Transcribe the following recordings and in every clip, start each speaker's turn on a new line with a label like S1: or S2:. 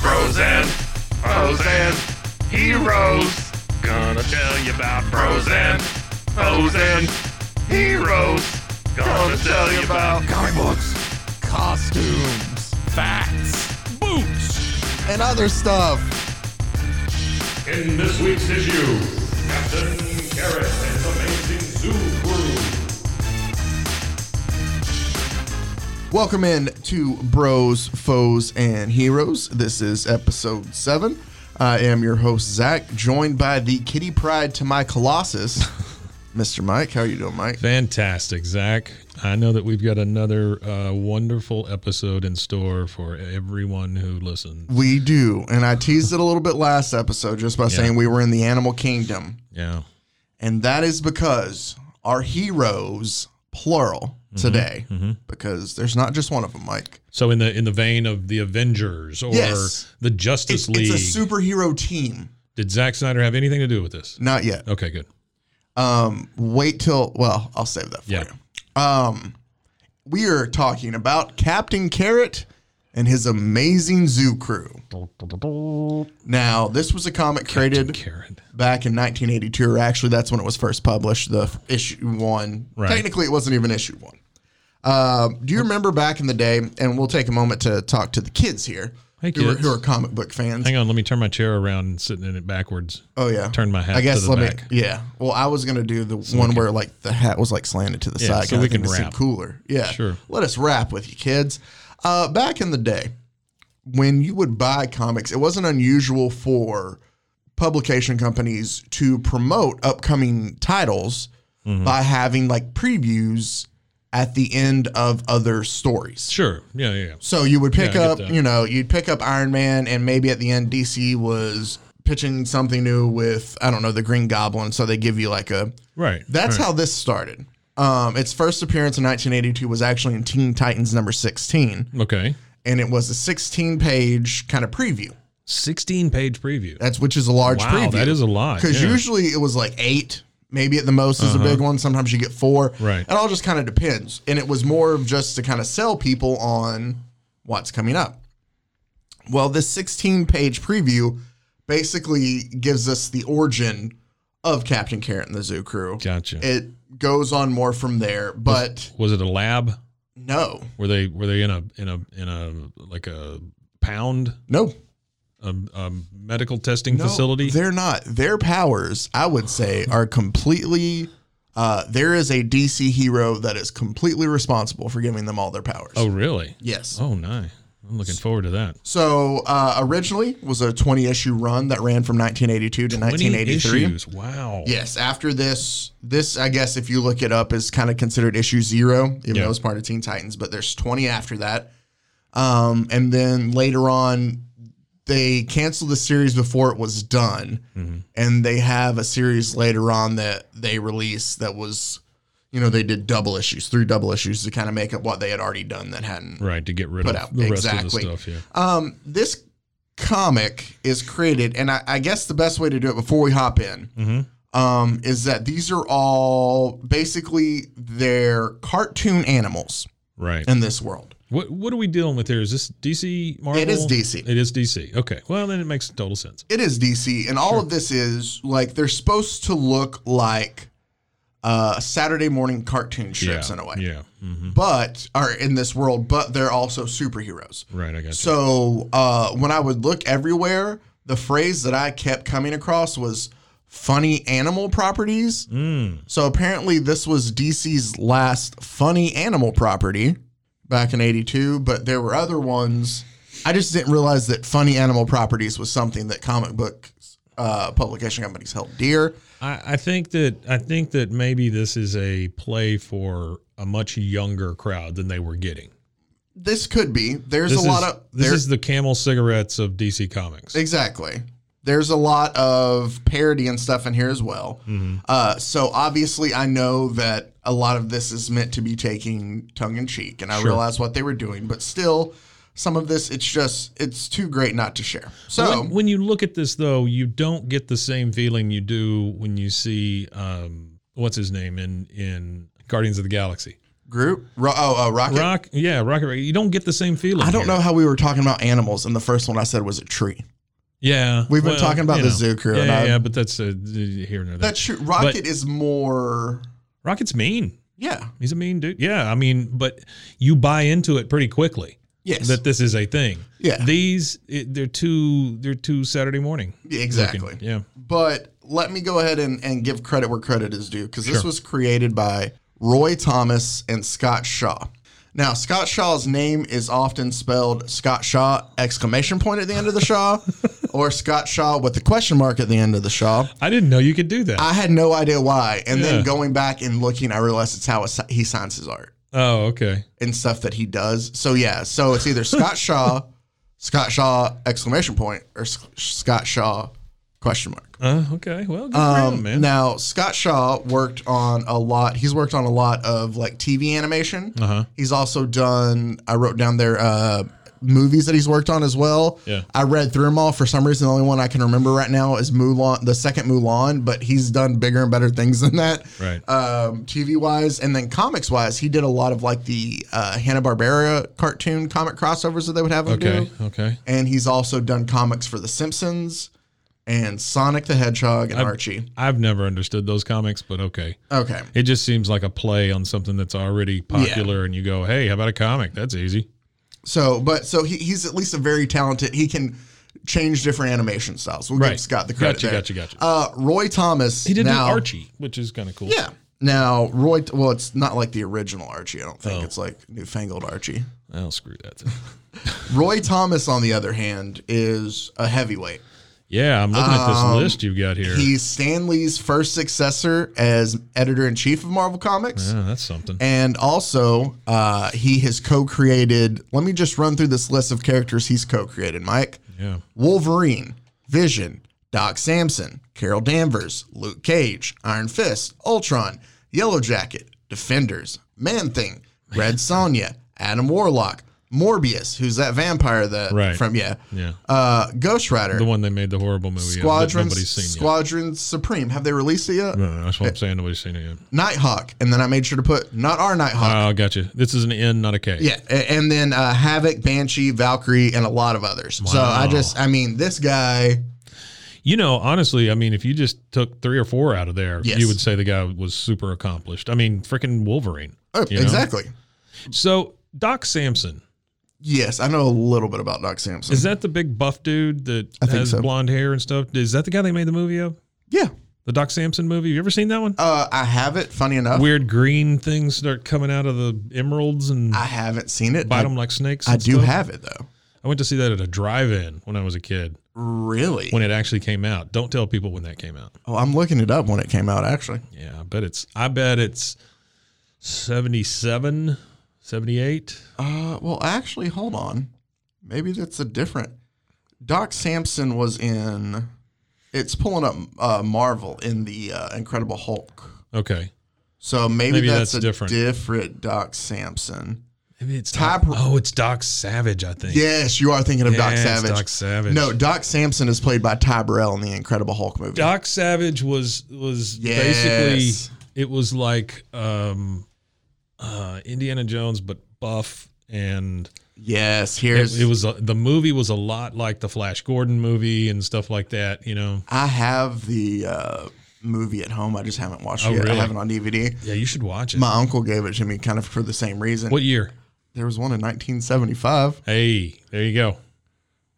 S1: Frozen, frozen, heroes. Gonna tell you about frozen, frozen, heroes. Gonna tell you about
S2: comic books, costumes, facts, boots, and other stuff.
S1: in this week's issue. Captain Carrot and his amazing zoo crew.
S2: Welcome in to Bros, Foes, and Heroes. This is episode seven. I am your host Zach, joined by the Kitty Pride to my Colossus, Mr. Mike. How you doing, Mike?
S3: Fantastic, Zach. I know that we've got another uh, wonderful episode in store for everyone who listens.
S2: We do, and I teased it a little bit last episode just by saying we were in the animal kingdom,
S3: Yeah.
S2: and that is because our heroes, plural, today, because there's not just one of them, Mike.
S3: So in the in the vein of the Avengers or
S2: Yes.
S3: the
S2: it's
S3: Justice League,
S2: a superhero team.
S3: did Zack Snyder have anything to do with this?
S2: Not yet.
S3: Okay, good.
S2: Um, wait till well, I'll save that for
S3: Yeah.
S2: you. Um, we are talking about Captain Carrot and his amazing zoo crew. Now, this was a comic created
S3: Karen.
S2: back in 1982, or actually, that's when it was first published. The f- issue one.
S3: Right.
S2: Technically, it wasn't even issue one. Um, do you remember back in the day? And we'll take a moment to talk to the kids here,
S3: Hey,
S2: Who, are,
S3: kids.
S2: who are comic book fans.
S3: Hang on, let me turn my chair around and sitting in it backwards.
S2: Oh yeah.
S3: Turn my hat
S2: I guess
S3: to the
S2: let
S3: back.
S2: me. Yeah. Well, I was gonna do the one where like the hat was like slanted to the
S3: Yeah,
S2: side.
S3: so
S2: kinda
S3: we
S2: thing
S3: can
S2: to seem
S3: rap.
S2: Cooler. Yeah.
S3: Sure.
S2: Let us rap with you kids. Uh, back in the day, when you would buy comics, it wasn't unusual for publication companies to promote upcoming titles
S3: Mm-hmm.
S2: by having like previews at the end of other stories.
S3: Sure. Yeah, yeah, yeah.
S2: So you would pick
S3: Yeah, I get
S2: up,
S3: that.
S2: you know, you'd pick up Iron Man, and maybe at the end, DC was pitching something new with, I don't know, the Green Goblin. So they give you like a.
S3: Right.
S2: That's
S3: right.
S2: how this started. Um, its first appearance in 1982 was actually in Teen Titans number 16,
S3: Okay.
S2: and it was a 16 page kind of preview.
S3: Sixteen page preview.
S2: That's which is a large
S3: wow,
S2: preview.
S3: that is a lot.
S2: Because
S3: yeah. Uh-huh.
S2: usually it was like eight, maybe at the most is a big one. Sometimes you get four.
S3: Right.
S2: It all just kind of depends. And it was more of just to kind of sell people on what's coming up. Well, this 16 page preview basically gives us the origin of Captain Carrot and the Zoo Crew.
S3: Gotcha.
S2: It goes on more from there, but
S3: was it a lab?
S2: no,
S3: Were they were they in a in a in a like a pound
S2: no.
S3: a, a medical testing
S2: No,
S3: facility?
S2: They're not. Their powers, I would say, are completely. Uh, there is a DC hero that is completely responsible for giving them all their powers.
S3: Oh, really?
S2: yes.
S3: Oh, nice. I'm looking forward to that.
S2: So uh, originally was a 20 issue run that ran from 1982 to 1983.
S3: Issues. Wow.
S2: Yes. After this, this I guess if you look it up is kind of considered issue zero, even
S3: Yeah.
S2: though it's part of Teen Titans. But there's 20 after that, um, and then later on they canceled the series before it was done, and they have a series later on that they released that was, you know, they did double issues, three double issues to kind of make up what they had already done that hadn't
S3: Right to get rid
S2: Put
S3: of
S2: out.
S3: the
S2: Exactly.
S3: rest of the stuff. Yeah.
S2: um, this comic is created, and I, I guess the best way to do it before we hop in
S3: Mm-hmm.
S2: um, is that these are all basically their cartoon animals
S3: Right.
S2: in this world.
S3: What What are we dealing with here? Is this DC Marvel?
S2: It is DC.
S3: It is DC. Okay. Well, then it makes total sense.
S2: It is DC, and all of this is like they're supposed to look like uh, Saturday morning cartoon strips
S3: yeah,
S2: in a way.
S3: Yeah. hmm
S2: But are in this world, but they're also superheroes.
S3: Right. I got you.
S2: So uh, when I would look everywhere, the phrase that I kept coming across was funny animal properties.
S3: Mm.
S2: So apparently, this was DC's last funny animal property back in 82, but there were other ones. I just didn't realize that funny animal properties was something that comic book uh, publication companies held dear.
S3: I, I think that I think that maybe this is a play for a much younger crowd than they were getting.
S2: This could be. There's
S3: this
S2: a lot
S3: is,
S2: of.
S3: this
S2: there-
S3: is the Camel cigarettes of DC Comics.
S2: Exactly. There's a lot of parody and stuff in here as well. Uh, so obviously, I know that a lot of this is meant to be taking tongue in cheek, and I realize what they were doing, but still, some of this it's just it's too great not to share. So
S3: when, when you look at this, though, you don't get the same feeling you do when you see um, what's his name in in Guardians of the Galaxy.
S2: group, ro- oh, uh, rocket.
S3: Rock, yeah, Rocket. Ra- You don't get the same feeling.
S2: I don't
S3: here.
S2: know how we were talking about animals, and the first one I said was a tree.
S3: Yeah,
S2: We've been talking about
S3: you
S2: the
S3: know.
S2: zoo crew,
S3: Yeah,
S2: and
S3: yeah,
S2: I-
S3: yeah, but that's uh, here and there.
S2: That's true. Rocket is more,
S3: Rocket's mean.
S2: yeah,
S3: He's a mean dude. Yeah, I mean, but you buy into it pretty quickly
S2: yes,
S3: that this is a thing.
S2: yeah,
S3: These it, they're too they're too Saturday morning.
S2: exactly.
S3: looking. Yeah.
S2: but let me go ahead and, and give credit where credit is due because this
S3: Sure.
S2: was created by Roy Thomas and Scott Shaw. Now, Scott Shaw's name is often spelled Scott Shaw exclamation point at the end of the Shaw or Scott Shaw with the question mark at the end of the Shaw.
S3: I didn't know you could do that.
S2: I had no idea why. And
S3: Yeah.
S2: then going back and looking, I realized it's how it, he signs his art
S3: oh, okay.
S2: and stuff that he does. So, yeah, so it's either Scott Shaw, Scott Shaw exclamation point or S- Scott Shaw question mark.
S3: Uh, okay. Well, good for him,
S2: Um,
S3: man.
S2: Now Scott Shaw worked on a lot. He's worked on a lot of like TV animation.
S3: Uh-huh.
S2: He's also done. I wrote down there uh, movies that he's worked on as well.
S3: Yeah.
S2: I read through them all. For some reason, the only one I can remember right now is Mulan, the second Mulan. But he's done bigger and better things than that.
S3: Right.
S2: Um, TV wise, and then comics wise, he did a lot of like the uh, Hanna Barbera cartoon comic crossovers that they would have him do
S3: okay. Okay.
S2: and he's also done comics for The Simpsons and Sonic the Hedgehog and Archie.
S3: I've never understood those comics, but okay.
S2: Okay.
S3: It just seems like a play on something that's already popular, and you go, "Hey, how about a comic? That's easy."
S2: So, but so he, he's at least a very talented. He can change different animation styles. We'll
S3: Right.
S2: give Scott the credit.
S3: Gotcha,
S2: there.
S3: gotcha, gotcha.
S2: Uh, Roy Thomas.
S3: He did
S2: now,
S3: do Archie, which is kind of cool.
S2: Yeah. Now Roy. Well, it's not like the original Archie. I don't think
S3: Oh.
S2: it's like newfangled Archie.
S3: I'll screw that.
S2: Roy Thomas, on the other hand, is a heavyweight.
S3: yeah, I'm looking at this
S2: Um,
S3: list you've got here.
S2: He's Stan Lee's first successor as editor in chief of Marvel Comics.
S3: Yeah, that's something.
S2: And also, uh, he has co created. Let me just run through this list of characters he's co created, Mike
S3: Yeah.
S2: Wolverine, Vision, Doc Samson, Carol Danvers, Luke Cage, Iron Fist, Ultron, Yellow Jacket, Defenders, Man Thing, Red Sonya, Adam Warlock, Morbius, who's that vampire that
S3: Right.
S2: from, yeah,
S3: Yeah.
S2: uh, Ghost Rider,
S3: The one they made the horrible movie. of that
S2: Squadron,
S3: Nobody's seen yet.
S2: Squadron Supreme. Have they released it yet?
S3: No, no, that's what I'm saying. Nobody's seen it yet.
S2: Nighthawk. And then I made sure to put not our Nighthawk.
S3: Oh, gotcha. This is an N, not a K.
S2: Uh, Yeah, a- and then uh, Havoc, Banshee, Valkyrie, and a lot of others. So I just, I mean, this guy,
S3: You know, honestly, I mean, if you just took three or four out of there,
S2: Yes.
S3: you would say the guy was super accomplished. I mean, freaking Wolverine.
S2: oh,
S3: you know?
S2: exactly.
S3: So Doc Samson
S2: Yes, I know a little bit about Doc Samson.
S3: is that the big buff dude that
S2: I think
S3: has
S2: so.
S3: blonde hair and stuff? Is that the guy they made the movie of?
S2: yeah,
S3: The Doc Samson movie. You ever seen that one?
S2: uh, I have it. Funny enough,
S3: Weird green things start coming out of the emeralds and
S2: I haven't seen it.
S3: bite
S2: I,
S3: them like snakes.
S2: I
S3: and
S2: do
S3: stuff.
S2: have it though.
S3: I went to see that at a drive-in when I was a kid.
S2: Really?
S3: When it actually came out. Don't tell people when that came out.
S2: oh, I'm looking it up when it came out. Actually,
S3: Yeah, I bet it's I bet it's 77, 78.
S2: uh, well, actually, hold on. Maybe that's a different. Doc Samson was in. It's pulling up uh, Marvel in the uh, Incredible Hulk.
S3: Okay.
S2: So maybe,
S3: Maybe
S2: that's,
S3: that's
S2: a
S3: different.
S2: different. Doc Sampson.
S3: Maybe it's
S2: Top-
S3: Doc- oh, it's Doc Savage, I think.
S2: Yes, you are thinking of Doc
S3: Yeah, it's
S2: Savage.
S3: Doc Savage.
S2: No, Doc Sampson is played by Ty Burrell in the Incredible Hulk movie.
S3: Doc Savage was was
S2: Yes.
S3: basically it was like um uh Indiana Jones but buff and
S2: yes,
S3: it,
S2: here's.
S3: it was a, the movie was a lot like the Flash Gordon movie and stuff like that, you know.
S2: I have the uh, movie at home. I just haven't watched
S3: Oh,
S2: it yet.
S3: really?
S2: I have it on DVD.
S3: Yeah, you should watch it.
S2: My uncle gave it to me kind of for the same reason.
S3: What year?
S2: There was one in 1975.
S3: Hey, there you go.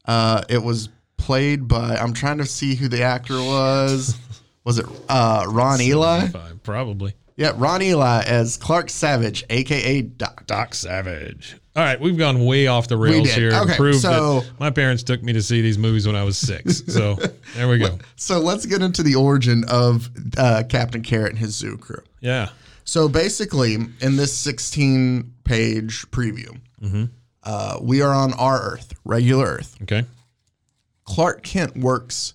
S2: Uh, it was played by, I'm trying to see who the actor was. Was it uh, Ron Eli?
S3: Five, probably.
S2: Yeah, Ron Eli as Clark Savage, aka Doc.
S3: Doc Savage. All right, we've gone way off the rails
S2: did.
S3: here. and
S2: Okay,
S3: proved
S2: so-
S3: that my parents took me to see these movies when I was six. So there we go.
S2: So let's get into the origin of uh, Captain Carrot and his zoo crew.
S3: Yeah.
S2: So basically, in this 16 page preview,
S3: Mm-hmm.
S2: uh, we are on our Earth, regular Earth.
S3: Okay.
S2: Clark Kent works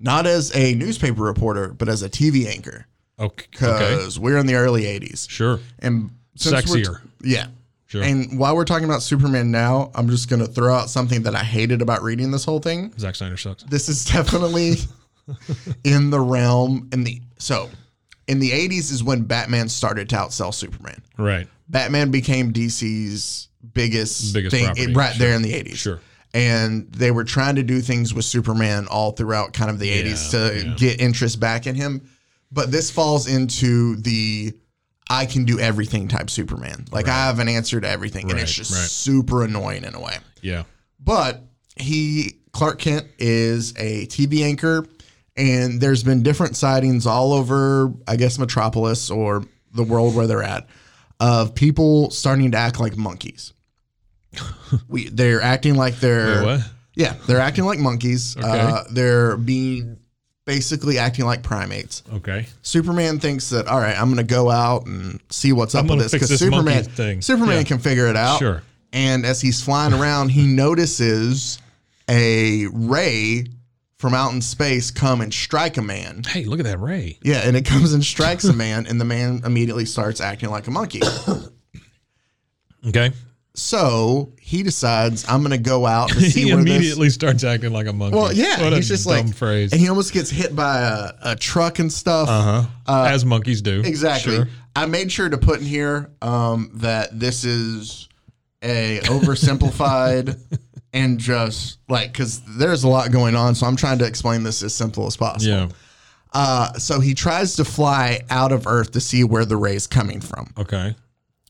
S2: not as a newspaper reporter, but as a TV anchor
S3: Okay. Okay.
S2: because we're in the early 80s.
S3: Sure.
S2: And since we're-
S3: Sexier.
S2: yeah.
S3: Sure.
S2: And while we're talking about Superman now, I'm just going to throw out something that I hated about reading this whole thing.
S3: Zack Snyder sucks.
S2: this is definitely in the realm in the so in the 80s is when batman started to outsell superman
S3: Right.
S2: batman became dc's biggest,
S3: Biggest
S2: thing
S3: property,
S2: right
S3: sure.
S2: there in the 80s
S3: Sure.
S2: and they were trying to do things with superman all throughout kind of the 80s to get interest back in him but this falls into the i can do everything type superman like i have an answer to everything and it's
S3: Right,
S2: just
S3: right.
S2: super annoying in a way
S3: Yeah.
S2: but he Clark Kent is a TV anchor, and there's been different sightings all over, I guess, Metropolis or the world where they're at, of people starting to act like monkeys. we they're acting like they're
S3: Wait, what?
S2: yeah they're acting like monkeys. Uh,
S3: Okay.
S2: they're being basically acting like primates.
S3: Okay.
S2: Superman thinks that all right, I'm going to go out and see what's
S3: I'm
S2: up with
S3: gonna
S2: this
S3: fix
S2: because
S3: this
S2: Superman
S3: monkey thing.
S2: Superman
S3: Yeah.
S2: can figure it out.
S3: Sure.
S2: And as he's flying around, he notices a ray from out in space come and strike a man.
S3: Hey, look at that Ray.
S2: Yeah, and it comes and strikes a man, and the man immediately starts acting like a monkey.
S3: Okay.
S2: So he decides, I'm going to go out and see
S3: he
S2: where this-
S3: immediately starts acting like a monkey.
S2: Well, yeah,
S3: What a
S2: he's just
S3: dumb
S2: like,
S3: phrase.
S2: and he almost gets hit by a, a truck and stuff.
S3: uh-huh. As monkeys do.
S2: Uh, Exactly.
S3: Sure.
S2: I made sure to put in here um, that this is a oversimplified and just like because there's a lot going on, so I'm trying to explain this as simple as possible.
S3: Yeah.
S2: Uh, so he tries to fly out of Earth to see where the ray's coming from.
S3: Okay.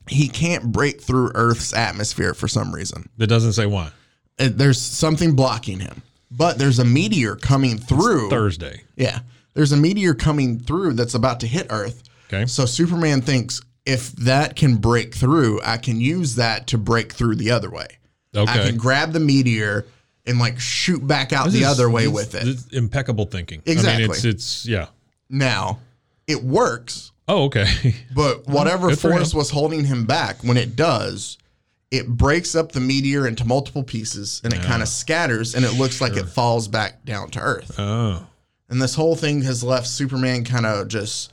S2: He can't break through Earth's atmosphere for some reason.
S3: That doesn't say why.
S2: Uh, There's something blocking him, but there's a meteor coming through.
S3: Thursday.
S2: Yeah. There's a meteor coming through that's about to hit Earth.
S3: Okay.
S2: So Superman thinks if that can break through, I can use that to break through the other way. I
S3: Okay.
S2: can grab the meteor and like shoot back out the
S3: This is-
S2: other way
S3: this-
S2: with it.
S3: this is impeccable thinking. I
S2: Exactly.
S3: mean, it's it's yeah.
S2: now, it works,
S3: Oh, okay.
S2: but whatever
S3: good for
S2: force
S3: him.
S2: was holding him back, when it does, it breaks up the meteor into multiple pieces and it kind of scatters and it looks like it falls back down to Earth.
S3: Oh.
S2: and this whole thing has left Superman kind of just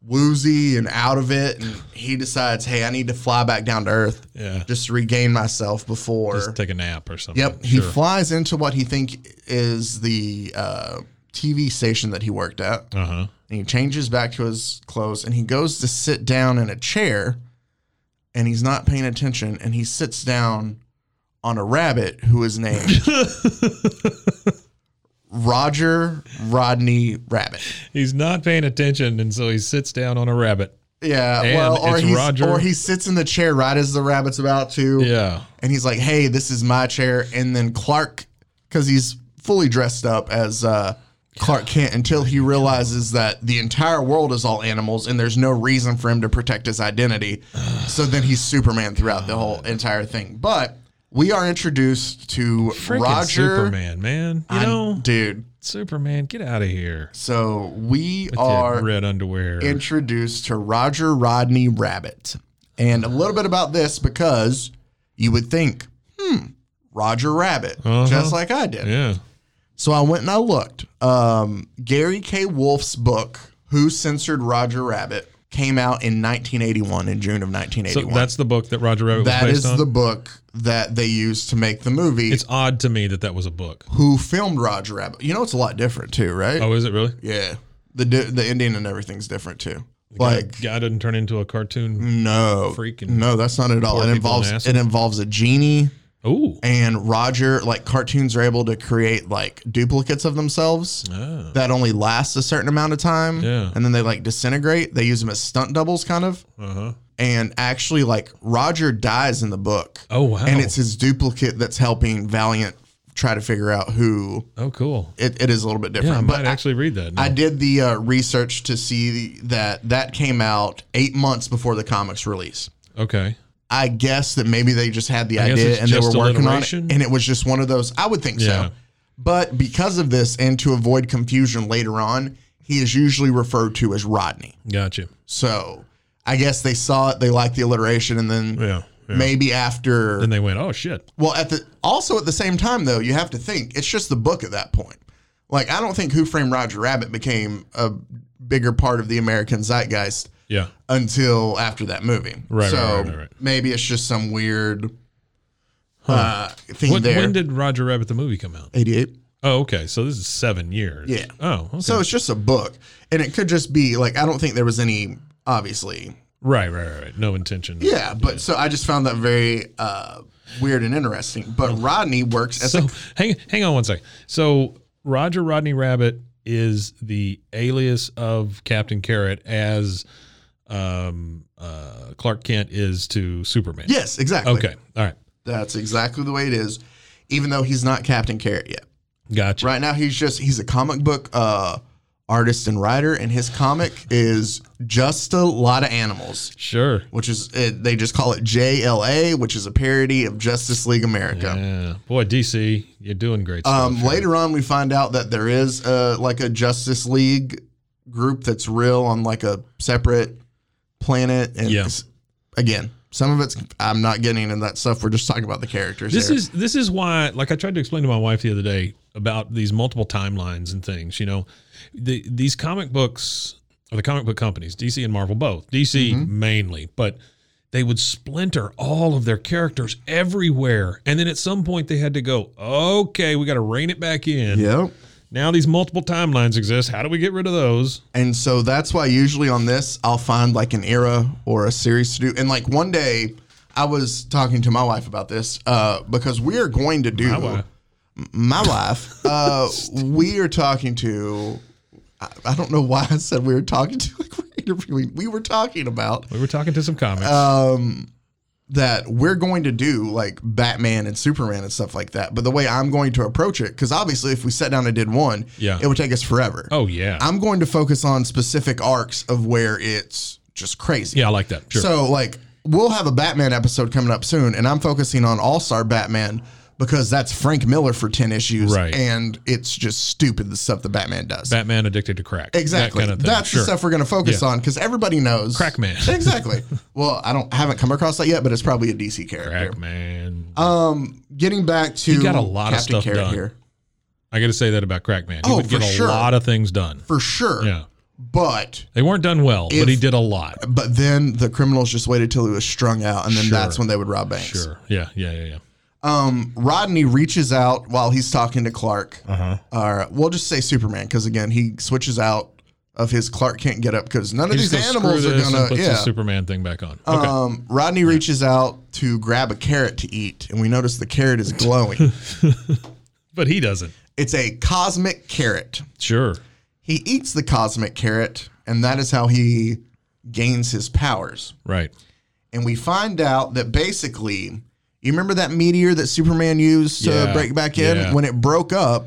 S2: woozy and out of it. And he decides, hey, I need to fly back down to Earth,
S3: Yeah.
S2: just to regain myself before.
S3: Just take a nap or something.
S2: yep, he
S3: Sure.
S2: flies into what he think is the uh, TV station that he worked at,
S3: uh huh.
S2: and he changes back to his clothes, and he goes to sit down in a chair, and he's not paying attention, and he sits down on a rabbit who is named. Roger Rodney Rabbit.
S3: He's not paying attention, and so he sits down on a rabbit.
S2: Yeah,
S3: And
S2: well, or,
S3: it's
S2: he's,
S3: Roger-
S2: or he sits in the chair right as the rabbit's about to,
S3: Yeah.
S2: and he's like, "Hey, this is my chair." And then Clark, because he's fully dressed up as uh, Clark Kent, until he realizes that the entire world is all animals, and there's no reason for him to protect his identity. so then he's Superman throughout the whole entire thing. But we are introduced to
S3: Freaking
S2: Roger,
S3: Superman, man. You
S2: I'm-
S3: know,
S2: dude.
S3: Superman, get out of here.
S2: So we
S3: With
S2: are
S3: your red underwear.
S2: introduced to Roger Rodney Rabbit. And a little bit about this because you would think, hmm, Roger Rabbit, just like I did.
S3: Uh-huh. yeah.
S2: So I went and I looked. Um, Gary K. Wolf's book, Who Censored Roger Rabbit, came out in 1981, in June of
S3: So
S2: 1981.
S3: that's the book that Roger Rabbit
S2: that
S3: was based
S2: is
S3: on.
S2: the book that they used to make the movie.
S3: it's odd to me that that was a book.
S2: who filmed Roger Rabbit. You know, it's a lot different too, right?
S3: Oh, is it really?
S2: Yeah. The, di- the Indian and everything's different too. Like,
S3: guy doesn't turn into a cartoon.
S2: No,
S3: Freaking
S2: no, that's not at all.
S3: poor
S2: It
S3: people in
S2: involves
S3: acid.
S2: it involves a genie.
S3: Oh.
S2: and Roger, like cartoons are able to create like duplicates of themselves
S3: Oh.
S2: that only last a certain amount of time.
S3: Yeah.
S2: And then they like disintegrate. They use them as stunt doubles, kind of.
S3: Uh huh.
S2: And actually, like Roger dies in the book.
S3: Oh wow.
S2: And it's his duplicate that's helping Valiant try to figure out who
S3: oh cool.
S2: it, it is a little bit different.
S3: Yeah, I
S2: but
S3: might actually read that. now.
S2: I did the uh, research to see that that came out eight months before the comics release.
S3: okay.
S2: I guess that maybe they just had the
S3: I guess
S2: idea
S3: it's
S2: and they
S3: just
S2: were working on it,
S3: alliteration?
S2: and it was just one of those. I would think
S3: Yeah.
S2: so, but because of this, and to avoid confusion later on, he is usually referred to as Rodney.
S3: Gotcha.
S2: So I guess they saw it, they liked the alliteration, and then
S3: Yeah. yeah.
S2: maybe after.
S3: Then they went, oh shit.
S2: well, at the also at the same time though, you have to think it's just the book at that point. Like I don't think Who Framed Roger Rabbit became a bigger part of the American zeitgeist
S3: Yeah.
S2: until after that movie.
S3: Right,
S2: So
S3: right, right, right, right.
S2: maybe it's just some weird uh, thing
S3: What,
S2: there.
S3: when did Roger Rabbit the movie come out?
S2: 88.
S3: Oh, okay. So this is seven years.
S2: Yeah.
S3: Oh, okay.
S2: So it's just a book, and it could just be like I don't think there was any obviously.
S3: right, right, right, right. No intention.
S2: Yeah, but so I just found that very uh, weird and interesting. But Rodney works as
S3: So
S2: a
S3: hang hang on one second. So Roger Rodney Rabbit is the alias of Captain Carrot as um uh Clark Kent is to Superman.
S2: yes, exactly.
S3: Okay. All right.
S2: that's exactly the way it is. Even though he's not Captain Carrot yet,
S3: Gotcha.
S2: right now he's just he's a comic book uh, artist and writer, and his comic is just a lot of animals.
S3: Sure.
S2: which is it, they just call it JLA, which is a parody of Justice League America.
S3: Yeah. Boy, DC, you're doing great stuff.
S2: Um, later on, we find out that there is uh like a Justice League group that's real on like a separate planet, and
S3: Yeah.
S2: it's- again, some of it's I'm not getting into that stuff. We're just talking about the characters.
S3: This
S2: here.
S3: is this is why like I tried to explain to my wife the other day about these multiple timelines and things, you know. The, these comic books or the comic book companies, DC and Marvel both. DC
S2: Mm-hmm.
S3: mainly, but they would splinter all of their characters everywhere. And then at some point they had to go, "Okay, we got to rein it back in."
S2: yep.
S3: Now these multiple timelines exist. How do we get rid of those?
S2: And so that's why usually on this I'll find like an era or a series to do. And like one day I was talking to my wife about this uh, because we are going to do
S3: My wife.
S2: M- my wife, uh, we are talking to. I, I don't know why I said we were talking to. Like we're interviewing. We were talking about
S3: We were talking to some comics.
S2: Uh, that we're going to do like Batman and Superman and stuff like that. But the way I'm going to approach it, because obviously if we sat down and did one,
S3: Yeah.
S2: it would take us forever.
S3: oh yeah.
S2: I'm going to focus on specific arcs of where it's just crazy.
S3: yeah, I like that. Sure.
S2: So like we'll have a Batman episode coming up soon, and I'm focusing on All Star Batman because that's Frank Miller for ten issues,
S3: Right.
S2: And it's just stupid the stuff that Batman does.
S3: Batman addicted to crack. That
S2: Exactly.
S3: kind of thing.
S2: That's
S3: Sure.
S2: the stuff we're going to focus
S3: Yeah.
S2: on because everybody knows
S3: Crack man.
S2: exactly. Well, I don't haven't come across that yet, but it's probably a DC character.
S3: Crack man.
S2: Um, getting back to
S3: He got a lot of stuff
S2: Carrot
S3: done. I got to say that about Crackman. He
S2: Oh,
S3: would get
S2: for
S3: a
S2: sure.
S3: lot of things done.
S2: for sure.
S3: Yeah.
S2: But
S3: They weren't done well,
S2: If-
S3: but he did a lot.
S2: but then the criminals just waited till he was strung out, and then
S3: Sure.
S2: that's when they would rob banks.
S3: Sure. Yeah, yeah, yeah, yeah.
S2: Um, Rodney reaches out while he's talking to Clark. Uh-huh. we'll just say Superman because again he switches out of his Clark Kent getup because none of
S3: He
S2: these
S3: just goes, "Screw
S2: animals are
S3: this," and
S2: gonna
S3: puts
S2: yeah.
S3: the Superman thing back on. Okay.
S2: Um, Rodney reaches out to grab a carrot to eat, and we notice the carrot is glowing.
S3: but he doesn't.
S2: it's a cosmic carrot.
S3: Sure.
S2: He eats the cosmic carrot, and that is how he gains his powers.
S3: Right.
S2: And we find out that basically, you remember that meteor that Superman used to
S3: Yeah,
S2: break back in?
S3: yeah.
S2: When it broke up,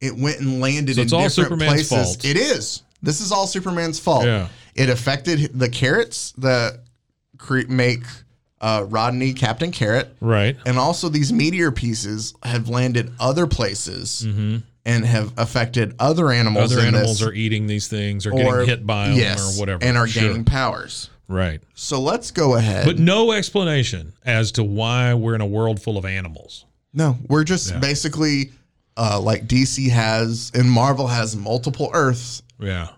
S2: it went and landed
S3: So
S2: in
S3: it's all
S2: different places.
S3: Superman's fault.
S2: It is. This is all Superman's fault.
S3: Yeah.
S2: It affected the carrots that cre- make uh, Rodney Captain Carrot.
S3: Right.
S2: And also, these meteor pieces have landed other places and have affected other animals.
S3: Mm-hmm. Other
S2: in
S3: animals
S2: this,
S3: are eating these things or, getting hit by them
S2: yes,
S3: or whatever.
S2: and are
S3: Sure.
S2: gaining powers.
S3: Right.
S2: So let's go ahead.
S3: But no explanation as to why we're in a world full of animals.
S2: no, we're just basically uh, like DC has and Marvel has multiple Earths.
S3: Yeah.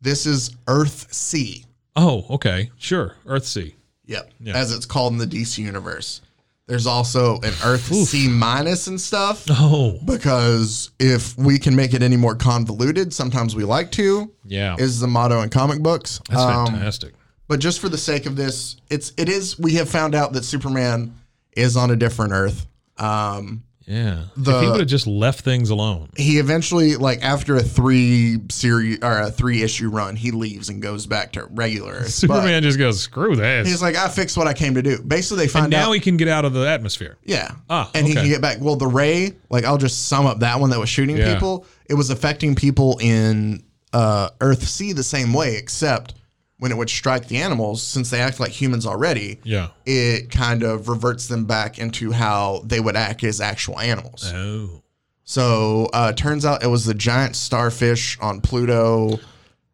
S2: This is Earth C.
S3: Oh, okay. Sure. Earthsea.
S2: Yep, as it's called in the DC universe. There's also an Earth C minus and stuff.
S3: Oh.
S2: because if we can make it any more convoluted, sometimes we like to.
S3: Yeah.
S2: is the motto in comic books.
S3: That's
S2: Um,
S3: fantastic.
S2: but just for the sake of this, it's it is we have found out that Superman is on a different Earth. Um,
S3: Yeah.
S2: The-
S3: if he would have just left things alone.
S2: he eventually, like after a three series or a three issue run, he leaves and goes back to regular. Earth.
S3: Superman just goes, screw
S2: But
S3: this.
S2: he's like, I fixed what I came to do. Basically, they find
S3: and now
S2: out.
S3: he can get out of the atmosphere.
S2: yeah.
S3: Ah,
S2: and he
S3: okay.
S2: can get back. Well, the ray, like I'll just sum up that one that was shooting
S3: Yeah.
S2: people. It was affecting people in uh, Earth C the same way, except when it would strike the animals, since they act like humans already.
S3: Yeah.
S2: It kind of reverts them back into how they would act as actual animals.
S3: Oh.
S2: So uh, turns out it was the giant starfish on Pluto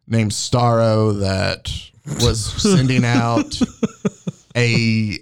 S2: named Starro that was sending out a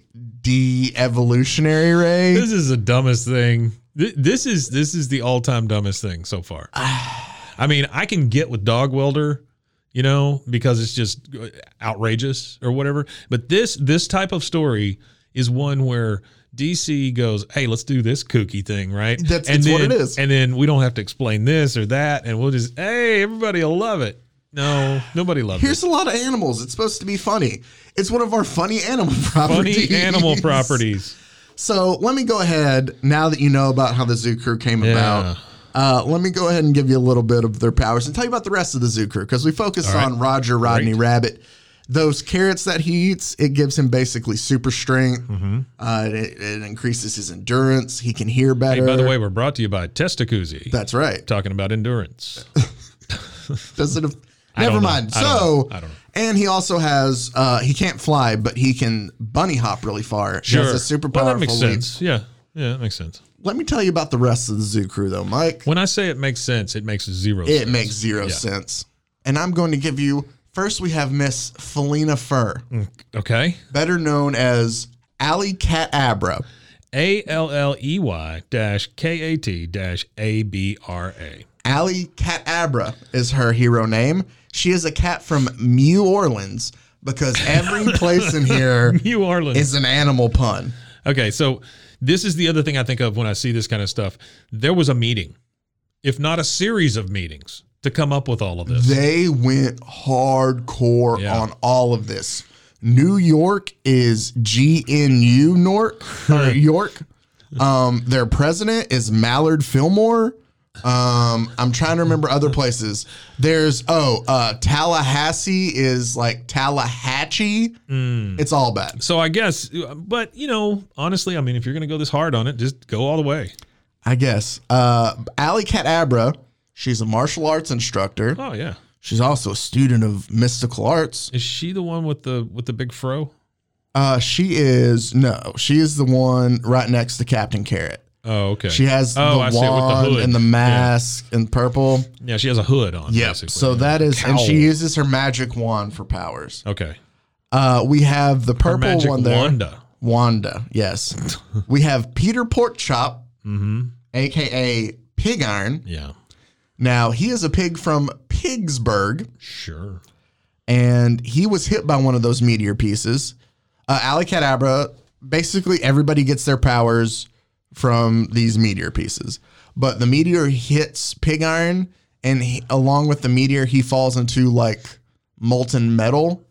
S2: de-evolutionary ray.
S3: This is the dumbest thing. Th- This is this is the all time dumbest thing so far. I mean, I can get with Dog Welder, you know, because it's just uh, outrageous or whatever. But this this type of story is one where DC goes, "Hey, let's do this kooky thing, right?"
S2: That's-
S3: and
S2: it's what
S3: then-
S2: it is.
S3: And then we don't have to explain this or that, and we'll just, "Hey, everybody will love it." No, nobody loves it.
S2: Here's a lot of animals. It's supposed to be funny. It's one of our funny animal properties.
S3: Funny animal properties.
S2: So let me go ahead now that you know about how the zoo crew came
S3: Yeah.
S2: about. Uh, let me go ahead and give you a little bit of their powers and tell you about the rest of the zoo crew because we focused on Roger Rodney Rabbit. Those carrots that he eats, it gives him basically super strength. Uh, it, it increases his endurance. He can hear better.
S3: Mm-hmm. Hey, by the way, we're brought to you by Testacuzzi.
S2: that's right.
S3: talking about endurance.
S2: Doesn't. Have,
S3: I
S2: never
S3: don't know.
S2: mind.
S3: I don't
S2: so,
S3: know. I don't know.
S2: and he also has uh, he can't fly, but he can bunny hop really far. He has a super
S3: Well,
S2: powerful.
S3: that makes
S2: leap.
S3: sense. Yeah. Yeah, that makes sense.
S2: Let me tell you about the rest of the zoo crew, though, Mike.
S3: When I say it makes sense, it makes zero
S2: It
S3: sense.
S2: makes zero
S3: Yeah.
S2: sense. And I'm going to give you first we have Miss Felina Fur,
S3: Mm. Okay.
S2: better known as Alley Cat Abra.
S3: A L L E Y dash K A T dash A B R A.
S2: Alley Cat Abra is her hero name. She is a cat from New Orleans because every place in here
S3: New Orleans.
S2: is an animal pun.
S3: Okay, so this is the other thing I think of when I see this kind of stuff. There was a meeting, if not a series of meetings, to come up with all of this.
S2: They went hardcore
S3: Yeah.
S2: on all of this. New York is GNU Nork or York. Um, their president is Mallard Fillmore. Um, I'm trying to remember other places. There's oh, uh, Tallahassee is like Tallahatchie. It's all bad.
S3: So I guess, but you know, honestly, I mean, if you're going to go this hard on it, just go all the way.
S2: I guess. Uh, Alley Cat Abra. She's a martial arts instructor.
S3: Oh yeah,
S2: She's also a student of mystical arts.
S3: is she the one with the with the big fro?
S2: Uh, she is no, she is the one right next to Captain Carrot.
S3: Oh okay.
S2: She has
S3: Oh, I
S2: the
S3: see it with the
S2: wand
S3: hood.
S2: and the
S3: Yeah.
S2: mask and purple.
S3: Yeah, she has a hood on.
S2: Yep.
S3: basically.
S2: So that is, and
S3: Cowl.
S2: she uses her magic wand for powers.
S3: okay.
S2: Uh, we have the
S3: Her
S2: purple
S3: magic
S2: one there,
S3: Wanda.
S2: Wanda. Yes. we have Peter Porkchop,
S3: Mm-hmm.
S2: aka Pig Iron.
S3: Yeah,
S2: Now he is a pig from Pigsburg.
S3: sure.
S2: and he was hit by one of those meteor pieces. Uh, Alicadabra, basically everybody gets their powers from these meteor pieces, but the meteor hits Pig Iron, and he, along with the meteor, he falls into like molten metal,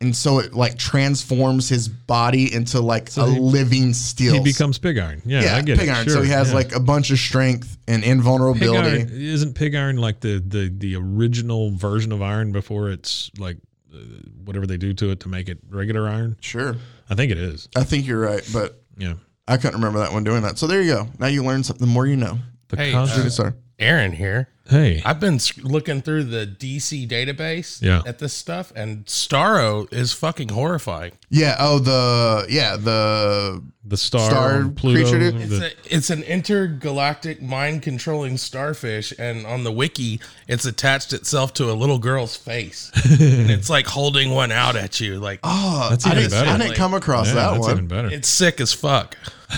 S2: and so it like transforms his body into like a
S3: he-
S2: living steel.
S3: He becomes pig iron. Yeah,
S2: yeah,
S3: I get
S2: Pig
S3: it.
S2: Iron.
S3: Sure,
S2: So he has
S3: yeah.
S2: like a bunch of strength and
S3: pig
S2: invulnerability.
S3: iron. Isn't pig iron like the the the original version of iron before it's like uh, whatever they do to it to make it regular iron?
S2: Sure,
S3: I think it is.
S2: I think you're right, but
S3: Yeah.
S2: I couldn't remember that one doing that. So there you go. Now you learn something. The more you know.
S3: The
S4: Hey,
S3: concept-
S2: Yes, sir.
S4: Aaron here.
S3: hey.
S4: I've been sc- looking through the DC database
S3: Yeah.
S4: at this stuff, and Starro is fucking horrifying.
S2: Yeah. Oh, the yeah the
S3: the star,
S2: star
S3: on Pluto.
S2: creature dude?
S4: It's,
S3: the-
S4: a, it's an intergalactic mind controlling starfish, and on the wiki, it's attached itself to a little girl's face, and it's like holding one out at you. Like
S2: oh
S3: That's
S2: I
S3: even
S2: didn't,
S3: better.
S2: I didn't come across
S3: yeah,
S2: that
S3: that's
S2: one.
S3: even better.
S4: it's sick as fuck.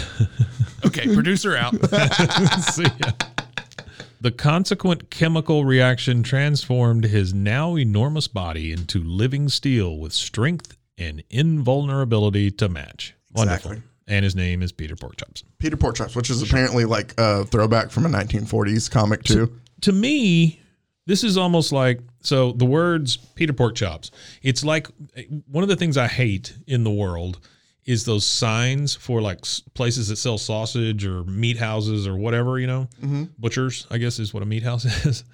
S4: okay, producer out.
S3: See ya. The consequent chemical reaction transformed his now enormous body into living steel with strength and invulnerability to match. Wonderful.
S2: Exactly.
S3: And his name is Peter Porkchops.
S2: Peter Porkchops, which is apparently like a throwback from a 1940s comic too.
S3: To me, this is almost like so the words Peter Porkchops. It's like one of the things I hate in the world is those signs for like s- places that sell sausage or meat houses or whatever, you know, butchers, I guess is what a meat house is.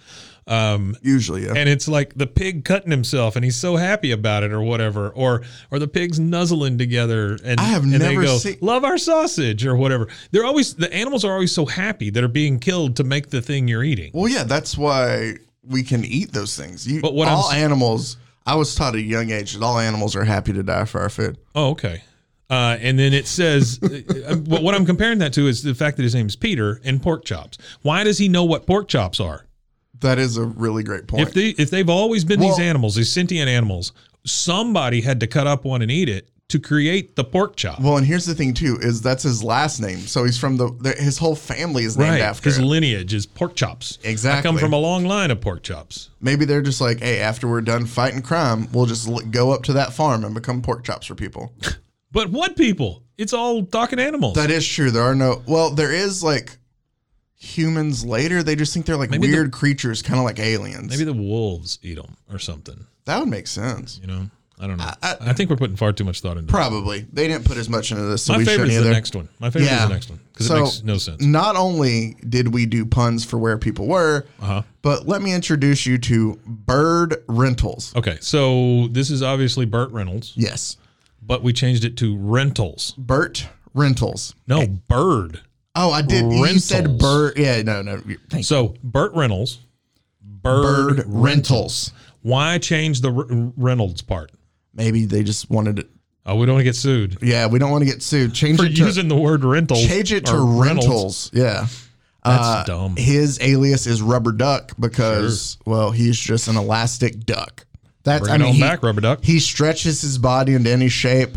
S3: Um,
S2: Usually, yeah.
S3: and it's like the pig cutting himself and he's so happy about it or whatever or or the pigs nuzzling together and
S2: I have
S3: and
S2: never seen-
S3: love our sausage or whatever they're always the animals are always so happy that are being killed to make the thing you're eating
S2: Well, yeah, that's why we can eat those things. You,
S3: But what
S2: all
S3: I'm s-
S2: animals, I was taught at a young age that all animals are happy to die for our food.
S3: oh okay uh, and then it says uh, uh, what what i'm comparing that to is the fact that his name's peter and pork chops why does he know what pork chops are
S2: That is a really great point.
S3: if they if they've always been these
S2: Well-
S3: animals these sentient animals somebody had to cut up one and eat it to create the pork chop
S2: well, and here's the thing too is that's his last name, so he's from the, the his whole family is named after.
S3: His
S2: it.
S3: lineage is pork chops. I come
S2: Exactly.
S3: from a long line of pork chops.
S2: Maybe they're just like, hey, after we're done fighting crime, we'll just l- go up to that farm and become pork chops for people.
S3: But what people? It's all talking animals.
S2: that is true. There are no well, there is like humans later. They just think they're like
S3: Maybe the-
S2: weird creatures, kind of like aliens.
S3: Maybe the wolves eat them or something.
S2: that would make sense.
S3: You know, I don't know. I,
S2: I-
S3: think we're putting far too much thought into. it.
S2: Probably they didn't put as much into this, so
S3: My
S2: we
S3: favorite
S2: shouldn't
S3: is
S2: either.
S3: the next one. My favorite is the next one because
S2: So,
S3: it makes no sense.
S2: Not only did we do puns for where people were,
S3: Uh-huh.
S2: but let me introduce you to bird rentals.
S3: Okay, so this is obviously Burt Reynolds,
S2: Yes,
S3: but we changed it to rentals.
S2: Bert rentals.
S3: No, Bird.
S2: Oh, I did. You said
S3: Rentals.
S2: bird. Yeah, no, no. you- Thank
S3: So Burt Reynolds,
S2: you.
S3: Bird,
S2: Bird rentals.
S3: Why change the R- Reynolds part?
S2: Maybe they just wanted it.
S3: Oh, we don't want to get sued
S2: Yeah, we don't want to get sued. Change
S3: for
S2: it to,
S3: using the word rental.
S2: change it to rentals. Um, Yeah. Uh,
S3: That's dumb.
S2: His alias is Rubber Duck because, well, he's just an elastic duck. That's
S3: Bring
S2: I
S3: it
S2: mean,
S3: on
S2: he-
S3: back, Rubber Duck.
S2: He stretches his body into any shape.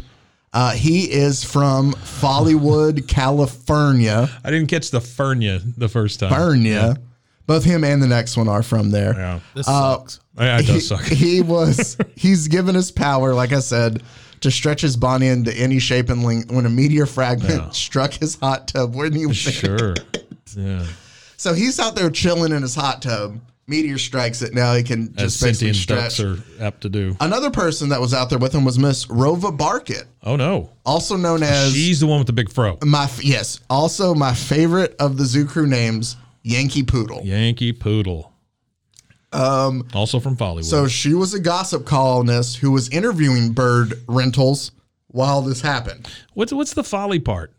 S2: Uh, he is from Follywood, California.
S3: I didn't catch the Fernia the first time.
S2: Bernia. Both him and the next one are from there. Uh,
S3: Yeah. Uh,
S4: This sucks.
S3: Yeah, it
S2: He,
S3: does suck.
S2: he was he's given his power, like I said, to stretch his body into any shape and length when a meteor fragment struck his hot tub. Where he was
S3: Sure. Yeah.
S2: So he's out there chilling in his hot tub. Meteor strikes it. Now he can
S3: As
S2: just basically
S3: sentient ducks
S2: stretch.
S3: are apt to do.
S2: Another person that was out there with him was Miss Rova Barkett,
S3: Oh no.
S2: also known as
S3: She's the one with the big fro.
S2: my f- yes, also my favorite of the zoo crew names, Yankee Poodle.
S3: Yankee poodle. Um also from Follywood.
S2: So she was a gossip columnist who was interviewing bird rentals while this happened.
S3: what's what's the folly part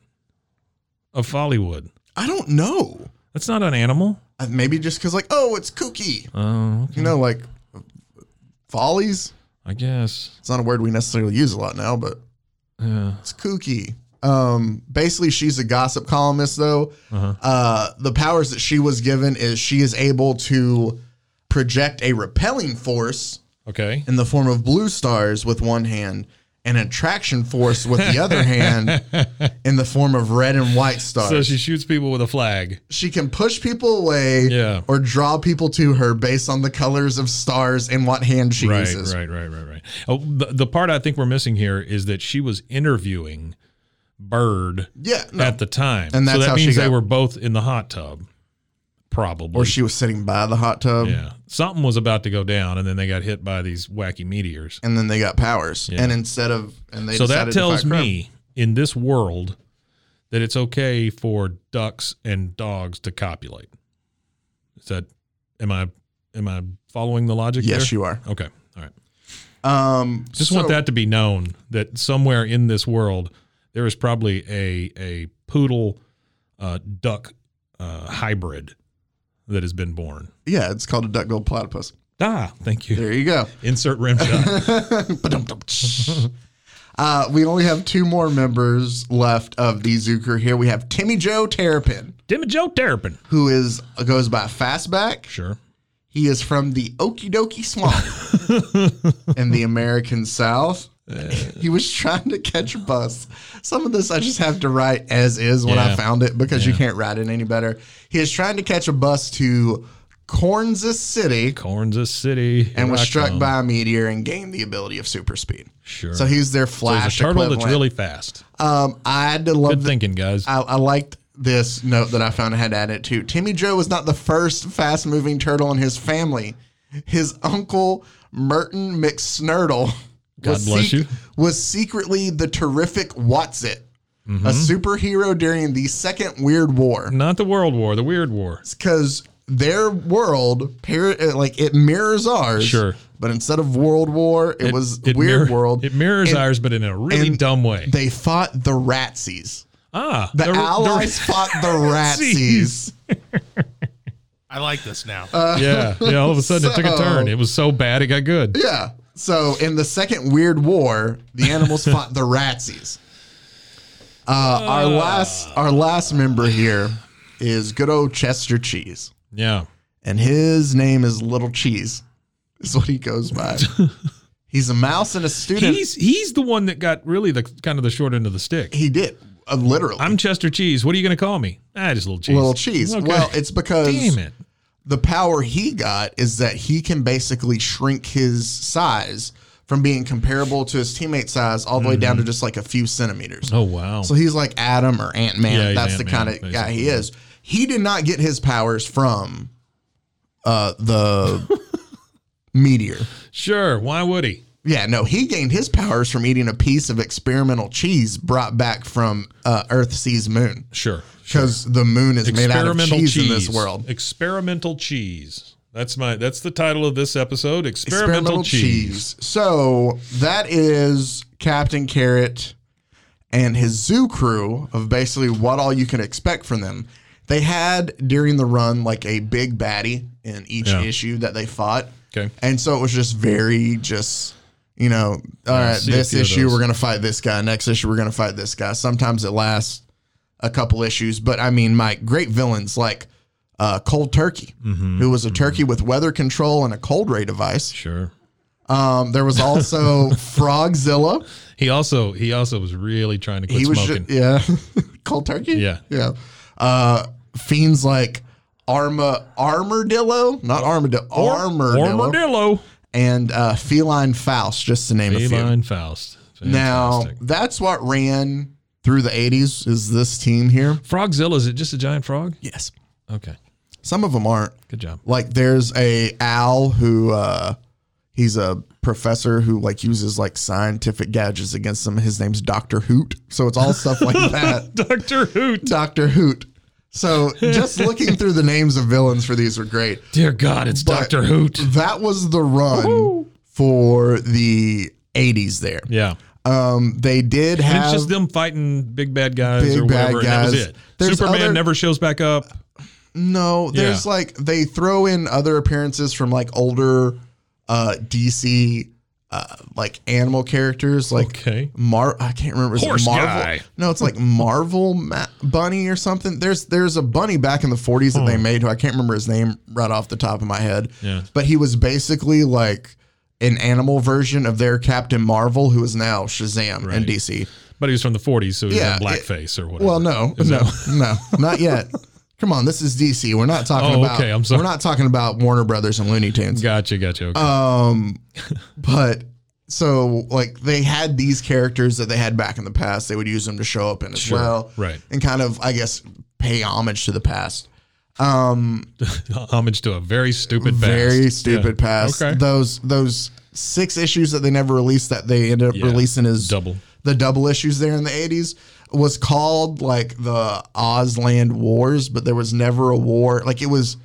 S3: of Follywood?
S2: I don't know.
S3: That's not an animal.
S2: Uh, Maybe just because like oh, it's kooky.
S3: Oh,
S2: You know, like follies.
S3: I guess.
S2: It's not a word we necessarily use a lot now, but
S3: Yeah.
S2: It's kooky. Um, basically, she's a gossip columnist, though.
S3: Uh-huh.
S2: uh the powers that she was given is she is able to project a repelling force
S3: Okay.
S2: in the form of blue stars with one hand and an attraction force with the other hand in the form of red and white stars.
S3: So
S2: she,
S3: she shoots people with a flag.
S2: can push people away
S3: Yeah.
S2: or draw people to her based on the colors of stars and what hand she
S3: Right,
S2: uses.
S3: right, right, right, right. Oh, the, the part I think we're missing here is that she was interviewing Bird
S2: Yeah. No.
S3: at the time.
S2: And that's
S3: so that
S2: how she
S3: means they
S2: got-
S3: were both in the hot tub. Probably.
S2: or she was sitting by the hot tub.
S3: yeah. Something was about to go down and then they got hit by these wacky meteors.
S2: and then they got powers. And instead of and they
S3: so that
S2: decided to
S3: tells
S2: fight crime.
S3: me in this world that it's okay for ducks and dogs to copulate. Is that am I am I following the logic
S2: Yes,
S3: there?
S2: you are.
S3: Okay. All right.
S2: Um,
S3: Just
S2: so-
S3: want that to be known that somewhere in this world there is probably a a poodle uh, duck uh, hybrid that has been born.
S2: Yeah, it's called a duck billed platypus.
S3: Ah, thank you.
S2: There you go.
S3: Insert rim shot.
S2: Uh, we only have two more members left of the zoo crew here. We have Timmy Joe Terrapin,
S3: Dimmy Joe Terrapin.
S2: who is goes by Fastback.
S3: Sure.
S2: He is from the Okie Dokie Swamp in the American South. he was trying to catch a bus. Some of this I just have to write as is when I
S3: Yeah.
S2: found it because you can't write it any better. He is trying to catch a bus to Cornza City.
S3: Kansas City.
S2: and
S3: Here
S2: was
S3: I
S2: struck
S3: come.
S2: by a meteor and gained the ability of super speed.
S3: Sure.
S2: So he's their
S3: So there's
S2: flash
S3: a turtle
S2: equivalent.
S3: that's really fast.
S2: um, I had to love
S3: Good
S2: the,
S3: thinking, guys.
S2: I, I liked this note that I found I had to add it to. Timmy Joe was not the first fast moving turtle in his family. His uncle Merton McSnurdle
S3: God
S2: was
S3: bless you.
S2: Was secretly the terrific What's It,
S3: Mm-hmm.
S2: a superhero during the Second Weird War.
S3: Not the World War, the Weird War.
S2: because their world par- uh, like it mirrors ours
S3: Sure.
S2: but instead of world war it, was weird
S3: mirror-
S2: world
S3: It mirrors
S2: And
S3: ours, but in a really
S2: and
S3: dumb way.
S2: they fought the ratsies
S3: ah,
S2: the, allies fought the ratsies
S4: I like this now.
S3: yeah, yeah. All of a sudden, it took a turn. It was so bad, it got good.
S2: yeah so in the second weird war the animals fought the ratsies uh,
S3: Ah.
S2: our last our last member here is good old chester cheese
S3: Yeah.
S2: and his name is Little Cheese. Is what he goes by. He's a mouse and a student.
S3: He's he's the one that got really the kind of the short end of the stick.
S2: he did uh, literally.
S3: I'm Chester Cheese. What are you going to call me? Ah, just little cheese.
S2: Little Cheese.
S3: Okay.
S2: Well, it's because
S3: damn it.
S2: the power he got is that he can basically shrink his size from being comparable to his teammate size all the way
S3: Mm-hmm.
S2: down to just like a few centimeters.
S3: Oh wow.
S2: So he's like Adam or Ant Man.
S3: Yeah, he's
S2: That's the
S3: Ant-Man,
S2: kind of guy
S3: basically.
S2: he is. He did not get his powers from uh, the meteor.
S3: sure. Why would he?
S2: Yeah, no, he gained his powers from eating a piece of experimental cheese brought back from uh, Earth sees moon
S3: Sure.
S2: because the moon is made out of cheese, in this world.
S3: Experimental cheese. That's my. That's the title of this episode. Experimental, cheese.
S2: So that is Captain Carrot and his zoo crew of basically what all you can expect from them. They had during the run like a big baddie in each
S3: Yeah.
S2: issue that they fought.
S3: Okay.
S2: And so it was just very just, you know, all right,
S3: see a
S2: this
S3: few of
S2: issue
S3: those.
S2: we're gonna fight this guy. Next issue we're gonna fight this guy. Sometimes it lasts a couple issues, but I mean, Mike, great villains like uh, Cold Turkey,
S3: Mm-hmm,
S2: who was a turkey with weather control and a cold ray device.
S3: Sure.
S2: Um, there was also Frogzilla.
S3: He also he also was really trying to quit
S2: He was
S3: smoking.
S2: ju- yeah, Cold Turkey.
S3: Yeah.
S2: yeah. Uh, fiends like Arma Armadillo, not Armadillo,
S3: Or-
S2: Armadillo,
S3: Armadillo.
S2: and uh, Feline Faust, just to name a few.
S3: Feline Faust.
S2: Now
S3: Fantastic.
S2: that's what ran through the '80s. Is this team here?
S3: Frogzilla is it just a giant frog?
S2: Yes.
S3: Okay.
S2: Some of them aren't.
S3: Good job.
S2: Like there's a Al who uh, he's a professor who like uses like scientific gadgets against them. His name's Doctor Hoot. So it's all stuff like that.
S3: Doctor Hoot.
S2: Doctor Hoot. So just looking through the names of villains for these were great.
S3: Dear God, it's Doctor Hoot.
S2: That was the run for the 80s there.
S3: Yeah.
S2: Um, they did
S3: And
S2: have
S3: it's just them fighting big bad guys
S2: Big
S3: or
S2: bad
S3: whatever. And that was
S2: guys.
S3: it.
S2: There's
S3: Superman
S2: other-
S3: never shows back up.
S2: No, there's
S3: Yeah.
S2: like they throw in other appearances from like older uh DC uh like animal characters like
S3: Okay.
S2: Mar I can't remember is it
S3: Horse
S2: Marvel.
S3: guy.
S2: No, it's like Marvel Ma- Bunny or something. There's there's a bunny back in the 40s that they made who I can't remember his name right off the top of my head.
S3: Yeah.
S2: But he was basically like an animal version of their Captain Marvel who is now Shazam in
S3: Right.
S2: DC.
S3: But he was from the 40s, so he was
S2: Yeah,
S3: in
S2: it-
S3: blackface or whatever.
S2: Well, no,
S3: Is
S2: no,
S3: that-
S2: no, not yet. Come on, this is DC. We're not talking
S3: Oh,
S2: about.
S3: okay, I'm sorry.
S2: We're not talking about Warner Brothers and Looney Tunes.
S3: Gotcha, gotcha. Okay.
S2: Um, but so like they had these characters that they had back in the past. They would use them to show up in as
S3: Sure,
S2: well,
S3: right.
S2: And kind of, I guess, pay homage to the past. Um,
S3: Homage to a very stupid past.
S2: very stupid
S3: Yeah.
S2: past.
S3: Okay.
S2: Those those six issues that they never released that they ended up
S3: Yeah,
S2: releasing is
S3: double.
S2: the double issues there in the 80s was called like the Ozland Wars, but there was never a war. Like it was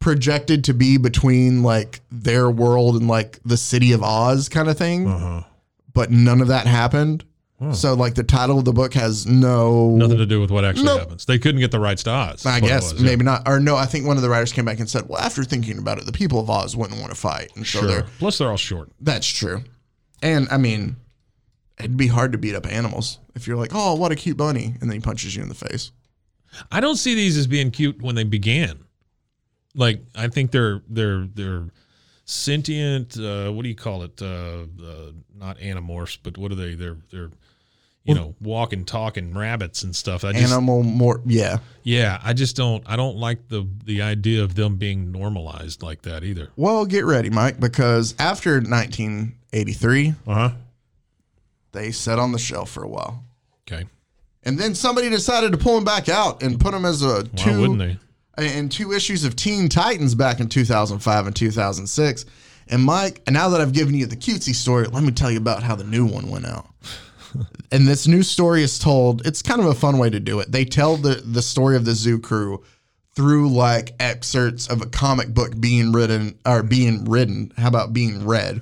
S2: projected to be between like their world and like the city of Oz kind of thing.
S3: Uh-huh.
S2: But none of that happened. So like the title of the book has no
S3: Nothing to do with what actually
S2: Nope.
S3: happens. They couldn't get the rights to Oz.
S2: I
S3: is what it
S2: guess
S3: was, yeah.
S2: maybe not. Or no, I think one of the writers came back and said, "Well, after thinking about it, the people of Oz wouldn't want to fight." And so
S3: Sure.
S2: they're
S3: Plus, they're all short.
S2: that's true. And I mean, it'd be hard to beat up animals if you're like, "Oh, what a cute bunny," and then he punches you in the face.
S3: I don't see these as being cute when they began. Like I think they're they're they're sentient. Uh, what do you call it? Uh, uh, not animorphs, but what are they? They're they're you know walking, talking rabbits and stuff. I just
S2: Animal more, yeah.
S3: yeah. I just don't. I don't like the the idea of them being normalized like that either.
S2: Well, get ready, Mike, because after 1983,
S3: Uh huh.
S2: they sat on the shelf for a while,
S3: Okay.
S2: and then somebody decided to pull them back out and put them as a
S3: Why
S2: two
S3: wouldn't they?
S2: and two issues of Teen Titans back in 2005 and 2006. And Mike, and now that I've given you the cutesy story, let me tell you about how the new one went out. and this new story is told. It's kind of a fun way to do it. They tell the the story of the zoo crew through like excerpts of a comic book being written or being written. How about being read?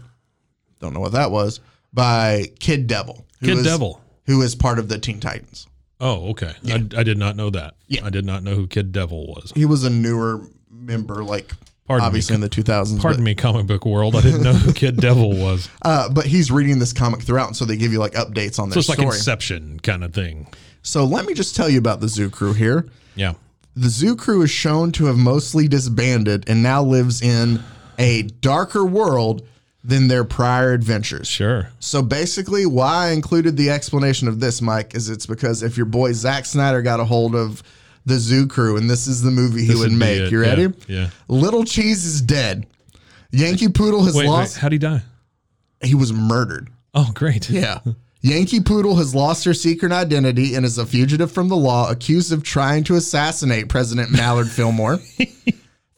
S2: Don't know what that was by Kid Devil. who
S3: Kid
S2: is-
S3: Devil.
S2: who is part of the Teen Titans.
S3: Oh, okay. I, I did not know that. Yeah. I did not know who Kid Devil was.
S2: He was a newer member, like
S3: Pardon me,
S2: obviously in the 2000s.
S3: Pardon
S2: but,
S3: me, comic book world. I didn't know who Kid Devil was.
S2: Uh, but he's reading this comic throughout, and so they give you like updates on
S3: So
S2: their
S3: it's like
S2: story.
S3: Inception kind of thing.
S2: so let me just tell you about the Zoo Crew here.
S3: Yeah.
S2: The Zoo Crew is shown to have mostly disbanded and now lives in a darker world than their prior adventures.
S3: Sure.
S2: So basically, why I included the explanation of this, Mike, is it's because if your boy Zack Snyder got a hold of the Zoo Crew, and this is the movie he
S3: This
S2: would
S3: would be
S2: make.
S3: it,
S2: You
S3: yeah,
S2: ready?
S3: yeah.
S2: Little Cheese is dead. Yankee Poodle has
S3: Wait, wait,
S2: lost.
S3: how'd he die?
S2: He was murdered.
S3: Oh, great.
S2: Yeah. Yankee Poodle has lost her secret identity and is a fugitive from the law accused of trying to assassinate President Mallard Fillmore.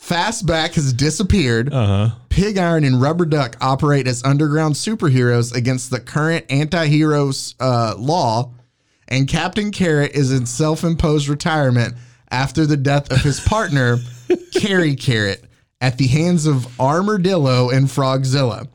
S2: Fastback has disappeared. Uh-huh. Pig Iron and Rubber Duck operate as underground superheroes against the current anti heroes uh, law. And Captain Carrot is in self imposed retirement after the death of his partner, Carrie Carrot, at the hands of Armadillo and Frogzilla.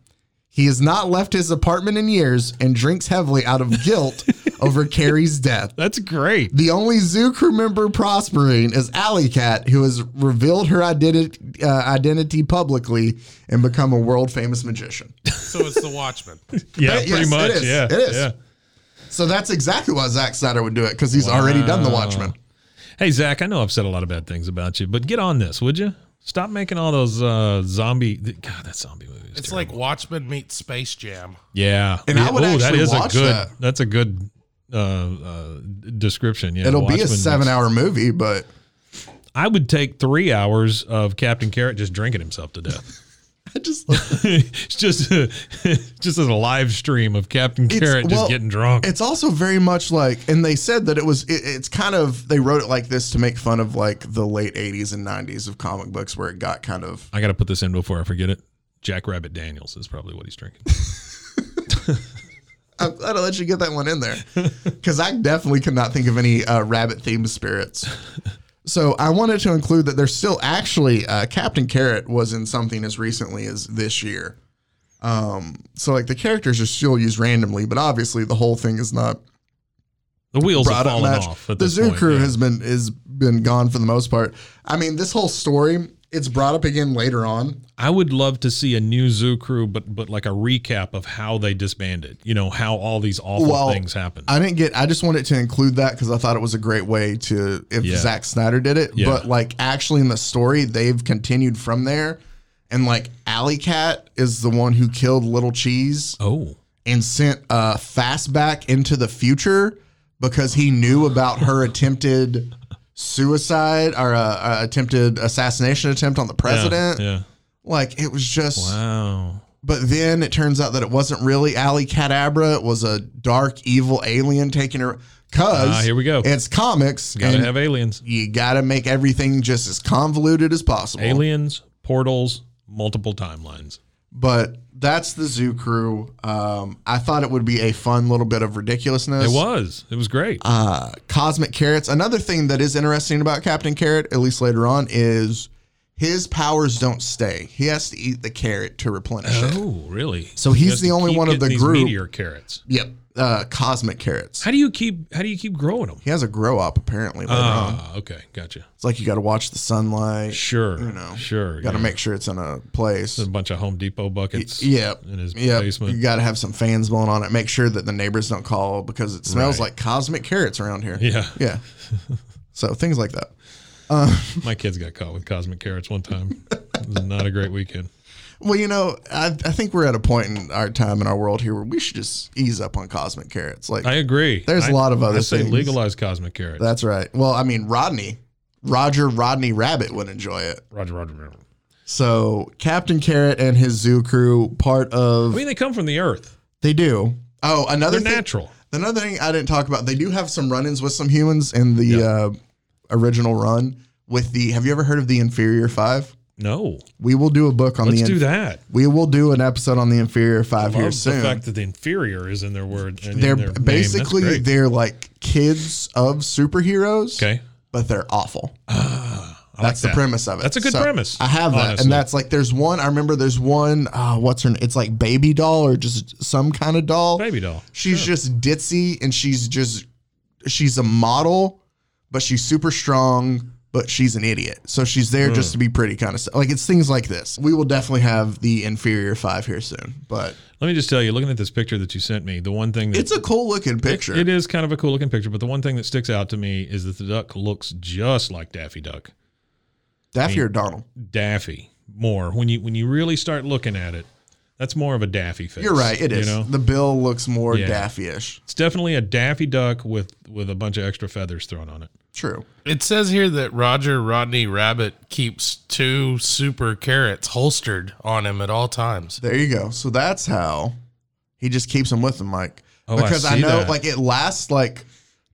S2: He has not left his apartment in years and drinks heavily out of guilt over Carrie's death.
S3: That's great.
S2: The only zoo crew member prospering is Alley Cat, who has revealed her identi- uh, identity publicly and become a world famous magician.
S4: So it's the Watchman.
S3: Yeah,
S2: Yes,
S3: pretty
S2: it
S3: much.
S2: is.
S3: Yeah.
S2: It is.
S3: Yeah.
S2: So that's exactly why Zack Snyder would do it because he's already done The Watchmen.
S3: Hey, Zach, I know I've said a lot of bad things about you, but get on this, would you? Stop making all those uh, zombie. th- God, that zombie movie. Is
S4: It's
S3: terrible.
S4: like Watchman meets Space Jam.
S3: yeah.
S2: And I
S3: Yeah.
S2: would actually watch
S3: a good.
S2: that.
S3: That's a good uh, uh, description. Yeah,
S2: It'll be a
S3: Watchmen was-
S2: seven-hour movie, but
S3: I would take three hours of Captain Carrot just drinking himself to death.
S2: I just
S3: it's just a, just as a live stream of Captain Carrot
S2: well,
S3: just getting drunk.
S2: It's also very much like, and they said that it was. It, it's kind of they wrote it like this to make fun of like the late '80s and '90s of comic books, where it got kind of.
S3: I got to put this in before I forget it. Jackrabbit Daniels is probably what he's drinking.
S2: I'm glad I let you get that one in there because I definitely could not think of any uh, rabbit themed spirits. So I wanted to include that there's still actually uh, Captain Carrot was in something as recently as this year. Um, so like the characters are still used randomly, but obviously the whole thing is not
S3: The wheels have
S2: brought up
S3: fallen
S2: match.
S3: off. At
S2: the
S3: this
S2: zoo
S3: point,
S2: crew
S3: yeah.
S2: has been is been gone for the most part. I mean, this whole story it's brought up again later on.
S3: I would love to see a new zoo crew, but but like a recap of how they disbanded. You know how all these awful
S2: Well,
S3: things happened.
S2: I didn't get. I just wanted to include that because I thought it was a great way to if
S3: Yeah.
S2: Zack Snyder did it.
S3: Yeah.
S2: But like actually in the story, they've continued from there, and like Alley Cat is the one who killed Little Cheese
S3: oh,
S2: and sent uh, Fastback into the future because he knew about her attempted suicide or uh, uh, attempted assassination attempt on the president.
S3: Yeah.
S2: Like it was just.
S3: Wow.
S2: But then it turns out that it wasn't really Ali Cadabra. It was a dark, evil alien taking her. Cause
S3: Ah, here we go.
S2: It's comics.
S3: Gotta
S2: and
S3: have aliens.
S2: you gotta make everything just as convoluted as possible.
S3: Aliens, portals, multiple timelines.
S2: But that's the Zoo Crew. Um, I thought it would be a fun little bit of ridiculousness.
S3: It was. It was great.
S2: Uh, Cosmic Carrots. Another thing that is interesting about Captain Carrot, at least later on, is his powers don't stay. He has to eat the carrot to replenish it.
S3: oh, really?
S2: So he's
S3: You have
S2: the
S3: to
S2: only
S3: keep
S2: one of
S3: getting
S2: the
S3: these
S2: group-
S3: Meteor carrots.
S2: Yep. Uh, cosmic Carrots.
S3: How do you keep? How do you keep growing them?
S2: He has a grow up apparently later on.
S3: Ah, okay, gotcha.
S2: It's like you got to watch the sunlight.
S3: Sure,
S2: You know,
S3: sure.
S2: You got to
S3: yeah.
S2: make sure it's in a place.
S3: a bunch of Home Depot buckets.
S2: Yep.
S3: in his
S2: yep.
S3: basement.
S2: You got to have some fans blowing on it. Make sure that the neighbors don't call because it smells
S3: Right.
S2: like cosmic carrots around here.
S3: Yeah.
S2: Yeah. so things like that.
S3: My kids got caught with cosmic carrots one time. it was not a great weekend.
S2: Well, you know, I, I think we're at a point in our time in our world here where we should just ease up on cosmic carrots. Like,
S3: I agree.
S2: There's
S3: a
S2: a lot of other
S3: I say
S2: things.
S3: legalize cosmic carrots.
S2: that's right. Well, I mean, Rodney, Roger Rodney Rabbit would enjoy it.
S3: Roger, Roger, Roger.
S2: So Captain Carrot and his zoo crew, part of
S3: I mean, they come from the earth.
S2: they do. Oh, another
S3: They're
S2: thing,
S3: natural.
S2: Another thing I didn't talk about, they do have some run-ins with some humans in the uh, original run with the. Have you ever heard of the Inferior Five?
S3: No,
S2: We will do a book on
S3: let's
S2: the.
S3: do that.
S2: We will do an episode on the inferior five
S3: Love
S2: here
S3: the
S2: soon.
S3: fact that the inferior is in their word. and in
S2: they're
S3: their name. That's
S2: basically
S3: great.
S2: they're like kids of superheroes,
S3: okay. Ah,
S2: but they're awful.
S3: I
S2: that's
S3: like
S2: the
S3: that.
S2: premise of it.
S3: That's a good
S2: So,
S3: premise.
S2: I have that,
S3: honestly.
S2: and that's like there's one. I remember there's one. Uh, what's her? n- It's like baby doll or just some kind of doll.
S3: baby doll.
S2: She's just ditzy, and she's just she's a model, but she's super strong. But she's an idiot, so she's there
S3: Hmm.
S2: just to be pretty, kind of stuff. Like it's things like this. We will definitely have the inferior five here soon, but
S3: Let me just tell you, looking at this picture that you sent me, the one thing that
S2: it's a cool looking picture.
S3: It is kind of a cool looking picture, but the one thing that sticks out to me is that the duck looks just like Daffy Duck.
S2: Daffy or Donald?
S3: Daffy more when you when you really start looking at it, that's more of a Daffy face.
S2: You're right. It is.
S3: You know,
S2: The bill looks more
S3: Yeah.
S2: Daffy-ish.
S3: it's definitely a Daffy Duck with with a bunch of extra feathers thrown on it.
S2: True.
S4: It says here that Roger Rodney Rabbit keeps two super carrots holstered on him at all times.
S2: There you go. So that's how he just keeps them with him, Mike.
S3: Oh, I
S2: because I,
S3: see
S2: know
S3: that.
S2: like it lasts like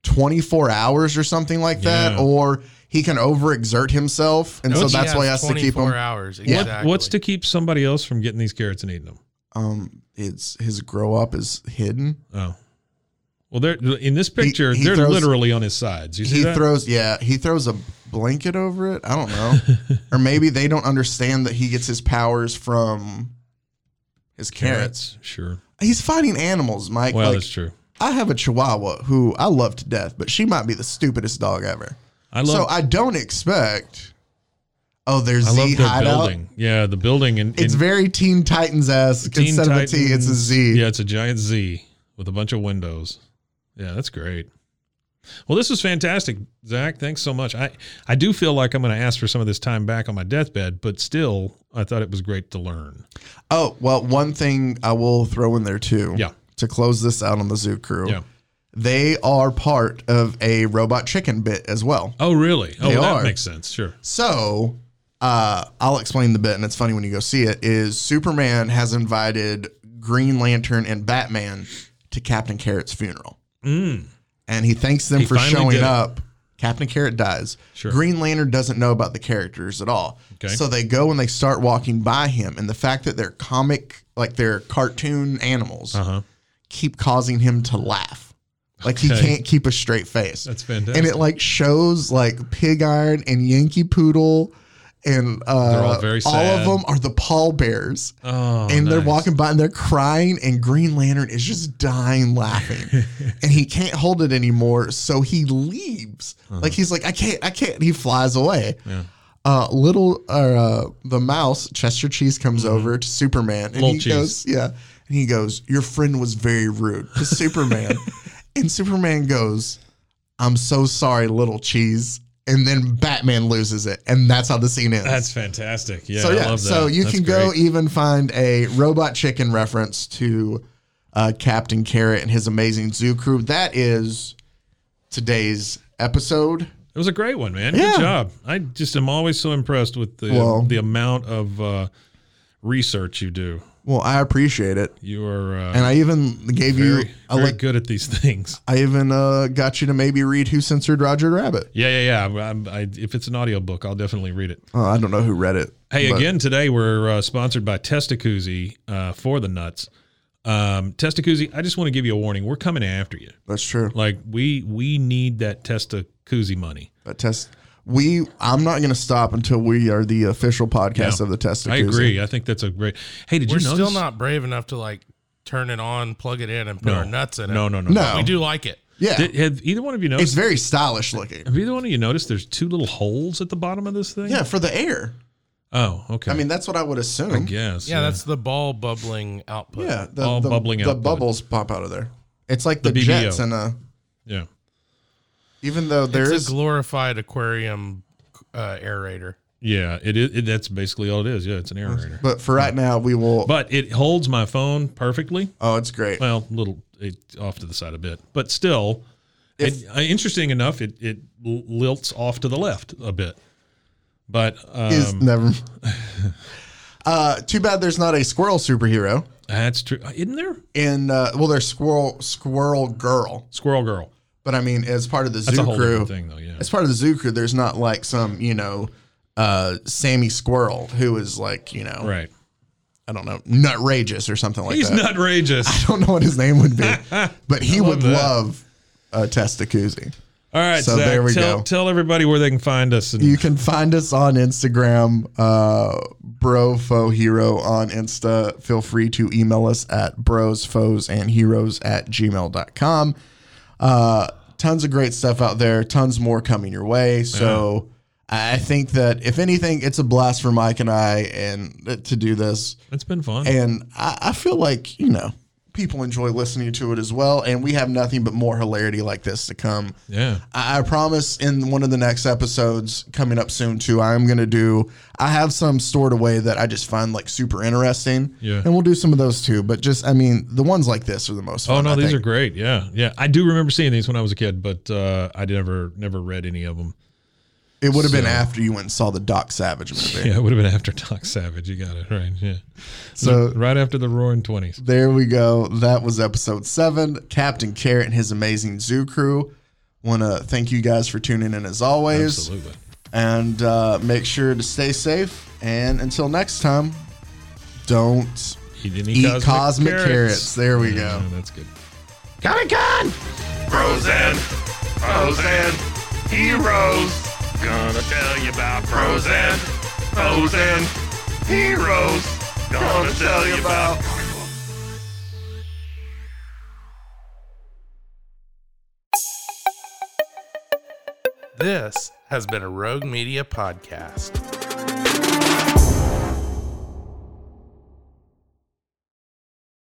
S2: 24 hours or something like that,
S3: Yeah.
S2: or he can overexert himself, and so
S3: Notice he
S2: that's why he
S4: has
S2: has to keep
S4: 24
S2: him.
S4: hours.
S2: Yeah.
S4: Exactly.
S3: What's to keep somebody else from getting these carrots and eating them?
S2: Um, it's his grow up is hidden.
S3: Oh, well, they're in this picture.
S2: he
S3: they're
S2: throws-
S3: literally on his sides. You see
S2: He
S3: that?
S2: throws yeah, he throws a blanket over it. I don't know, or maybe they don't understand that he gets his powers from his carrots.
S3: carrots. Sure.
S2: He's fighting animals, Mike.
S3: Well,
S2: like,
S3: that's true.
S2: I have a Chihuahua who I love to death, but she might be the stupidest dog ever.
S3: I love.
S2: so I don't expect. Oh, there's
S3: I love
S2: Z
S3: their
S2: hideout.
S3: building. Yeah, the building and
S2: It's very Teen Titans esque.
S3: Teen
S2: Instead of a T, it's a
S3: Titans.
S2: Z.
S3: Yeah, it's a giant Z with a bunch of windows. Yeah, that's great. Well, this was fantastic, Zach. Thanks so much. I I do feel like I'm going to ask for some of this time back on my deathbed, but still, I thought it was great to learn.
S2: Oh well, one thing I will throw in there too.
S3: Yeah.
S2: To close this out on the Zoo Crew,
S3: Yeah.
S2: they are part of a Robot Chicken bit as well.
S3: Oh, really? Oh,
S2: They
S3: well, that
S2: are.
S3: makes sense. Sure.
S2: So uh, I'll explain the bit, and it's funny when you go see it. Is Superman has invited Green Lantern and Batman to Captain Carrot's funeral, and he thanks them
S3: He
S2: for
S3: Mm. finally
S2: showing
S3: did it.
S2: up. Captain Carrot dies.
S3: Sure.
S2: Green Lantern doesn't know about the characters at all.
S3: Okay.
S2: So they go and they start walking by him, and the fact that they're comic, like they're cartoon animals,
S3: Uh huh.
S2: keep causing him to laugh. Like he
S3: Okay.
S2: can't keep a straight face.
S3: That's fantastic.
S2: And it like shows like pig iron and Yankee poodle and uh,
S3: They're all very sad.
S2: of them are the pallbearers.
S3: oh,
S2: and they're
S3: nice.
S2: walking by and they're crying and Green Lantern is just dying laughing. and he can't hold it anymore, so he leaves.
S3: Uh-huh.
S2: Like he's like I can't I can't he flies away. Uh, little uh, uh, the mouse Chester Cheese comes over to Superman and
S3: Little
S2: he
S3: Mm-hmm. Cheese.
S2: goes yeah and he goes your friend was very rude to Superman and Superman goes I'm so sorry little cheese and then Batman loses it and that's how the scene ends
S3: That's fantastic. Yeah,
S2: so
S3: I
S2: yeah,
S3: love that.
S2: so you
S3: That's
S2: can go
S3: great.
S2: even find a robot chicken reference to uh, Captain Carrot and his amazing zoo crew. That is today's episode.
S3: It was a great one, man.
S2: Yeah.
S3: Good job. I just am always so impressed with the
S2: Well-
S3: the amount of uh, research you do.
S2: Well, I appreciate it,
S3: You are uh,
S2: and I even gave
S3: very,
S2: you. I
S3: very
S2: like.
S3: good at these things.
S2: I even uh, got you to maybe read Who Censored Roger Rabbit.
S3: Yeah, yeah, yeah. I'm, I, if it's an audiobook, I'll definitely read it.
S2: Uh, I don't know who read it.
S3: Hey,
S2: but-
S3: again, today we're uh, sponsored by Testacuzzi uh, for the nuts. Um, Testacuzzi, I just want to give you a warning. We're coming after you.
S2: That's true.
S3: Like we we need that Testacuzzi money.
S2: That test. We. I'm not going to stop until we are the official podcast
S3: Yeah.
S2: of the test.
S3: I agree. I think that's a great. Hey, did
S4: We're
S3: you know?
S4: still not brave enough to like turn it on, plug it in, and put
S3: No.
S4: our nuts in it.
S3: No, no, no,
S2: No.
S4: We do like it.
S2: Yeah,
S3: Did, have either one of you
S2: it's
S3: noticed?
S2: very stylish looking.
S3: Have either one of you noticed? There's two little holes at the bottom of this thing.
S2: Yeah, for the air.
S3: Oh, okay.
S2: I mean, that's what I would assume.
S3: I guess.
S4: Yeah, that's the ball bubbling output.
S2: Yeah, the,
S3: All
S2: the,
S3: bubbling
S2: the
S3: output.
S2: bubbles pop out of there. It's like the,
S3: The BBO.
S2: jets and a.
S3: yeah.
S2: Even though there
S4: It's
S2: is
S4: a glorified aquarium uh, aerator.
S3: Yeah. It is. It, that's basically all it is. Yeah, it's an aerator.
S2: but for right now we will.
S3: But um, it holds my phone perfectly.
S2: oh, it's great.
S3: Well, little it, off to the side a bit, but still, it, uh, interesting enough, it it l- lilts off to the left a bit. But um,
S2: is never. uh, too bad there's not a squirrel superhero
S3: that's true, Uh, isn't there?
S2: in. Uh, well, there's squirrel squirrel girl,
S3: Squirrel Girl.
S2: but I mean, as part of the
S3: That's
S2: zoo
S3: a whole
S2: crew,
S3: different thing, though. Yeah.
S2: as part of the zoo crew, there's not like some you know uh, Sammy Squirrel, who is like, you know,
S3: Right.
S2: I don't know, nutrageous or something like
S3: He's Ah,
S2: that.
S3: outrageous.
S2: I don't know what his name would be, but he would
S3: that.
S2: love uh, Testacuzzi.
S3: All right,
S2: So
S3: Zach,
S2: there we
S3: tell,
S2: go.
S3: Tell everybody where they can find us. And
S2: You can find us on Instagram, uh, bro fo hero on Insta. Feel free to email us at bros, foes, and heroes at gmail.com. Uh, tons of great stuff out there, tons more coming your way. So I think that if anything, it's a blast for Mike and I and uh, to do this.
S3: it's been fun.
S2: And I, I feel like, you know, people enjoy listening to it as well. And we have nothing but more hilarity like this to come.
S3: yeah.
S2: I I promise in one of the next episodes coming up soon too, I'm gonna do I have some stored away that I just find like super interesting.
S3: Yeah.
S2: And we'll do some of those too. But just I mean, the ones like this are the most
S3: Oh
S2: fun.
S3: no,
S2: I
S3: these
S2: think.
S3: are great. Yeah, yeah. I do remember seeing these when I was a kid, but uh, I never never read any of them.
S2: it would have been
S3: so-
S2: after you went and saw the Doc Savage movie.
S3: Yeah, it would have been after Doc Savage. You got it right. Yeah.
S2: So-
S3: right after the Roaring Twenties.
S2: There we go. That was episode seven. Captain Carrot and his amazing zoo crew. Wanna thank you guys for tuning in as always.
S3: Absolutely.
S2: And uh, make sure to stay safe. And until next time, don't
S3: He didn't
S2: eat cosmic, carrots. There we go.
S3: Yeah, that's good.
S4: Comic Con!
S1: Bros and foes and heroes. Gonna tell you about bros and foes and heroes. Gonna tell you about.
S4: This has been a Rogue Media Podcast.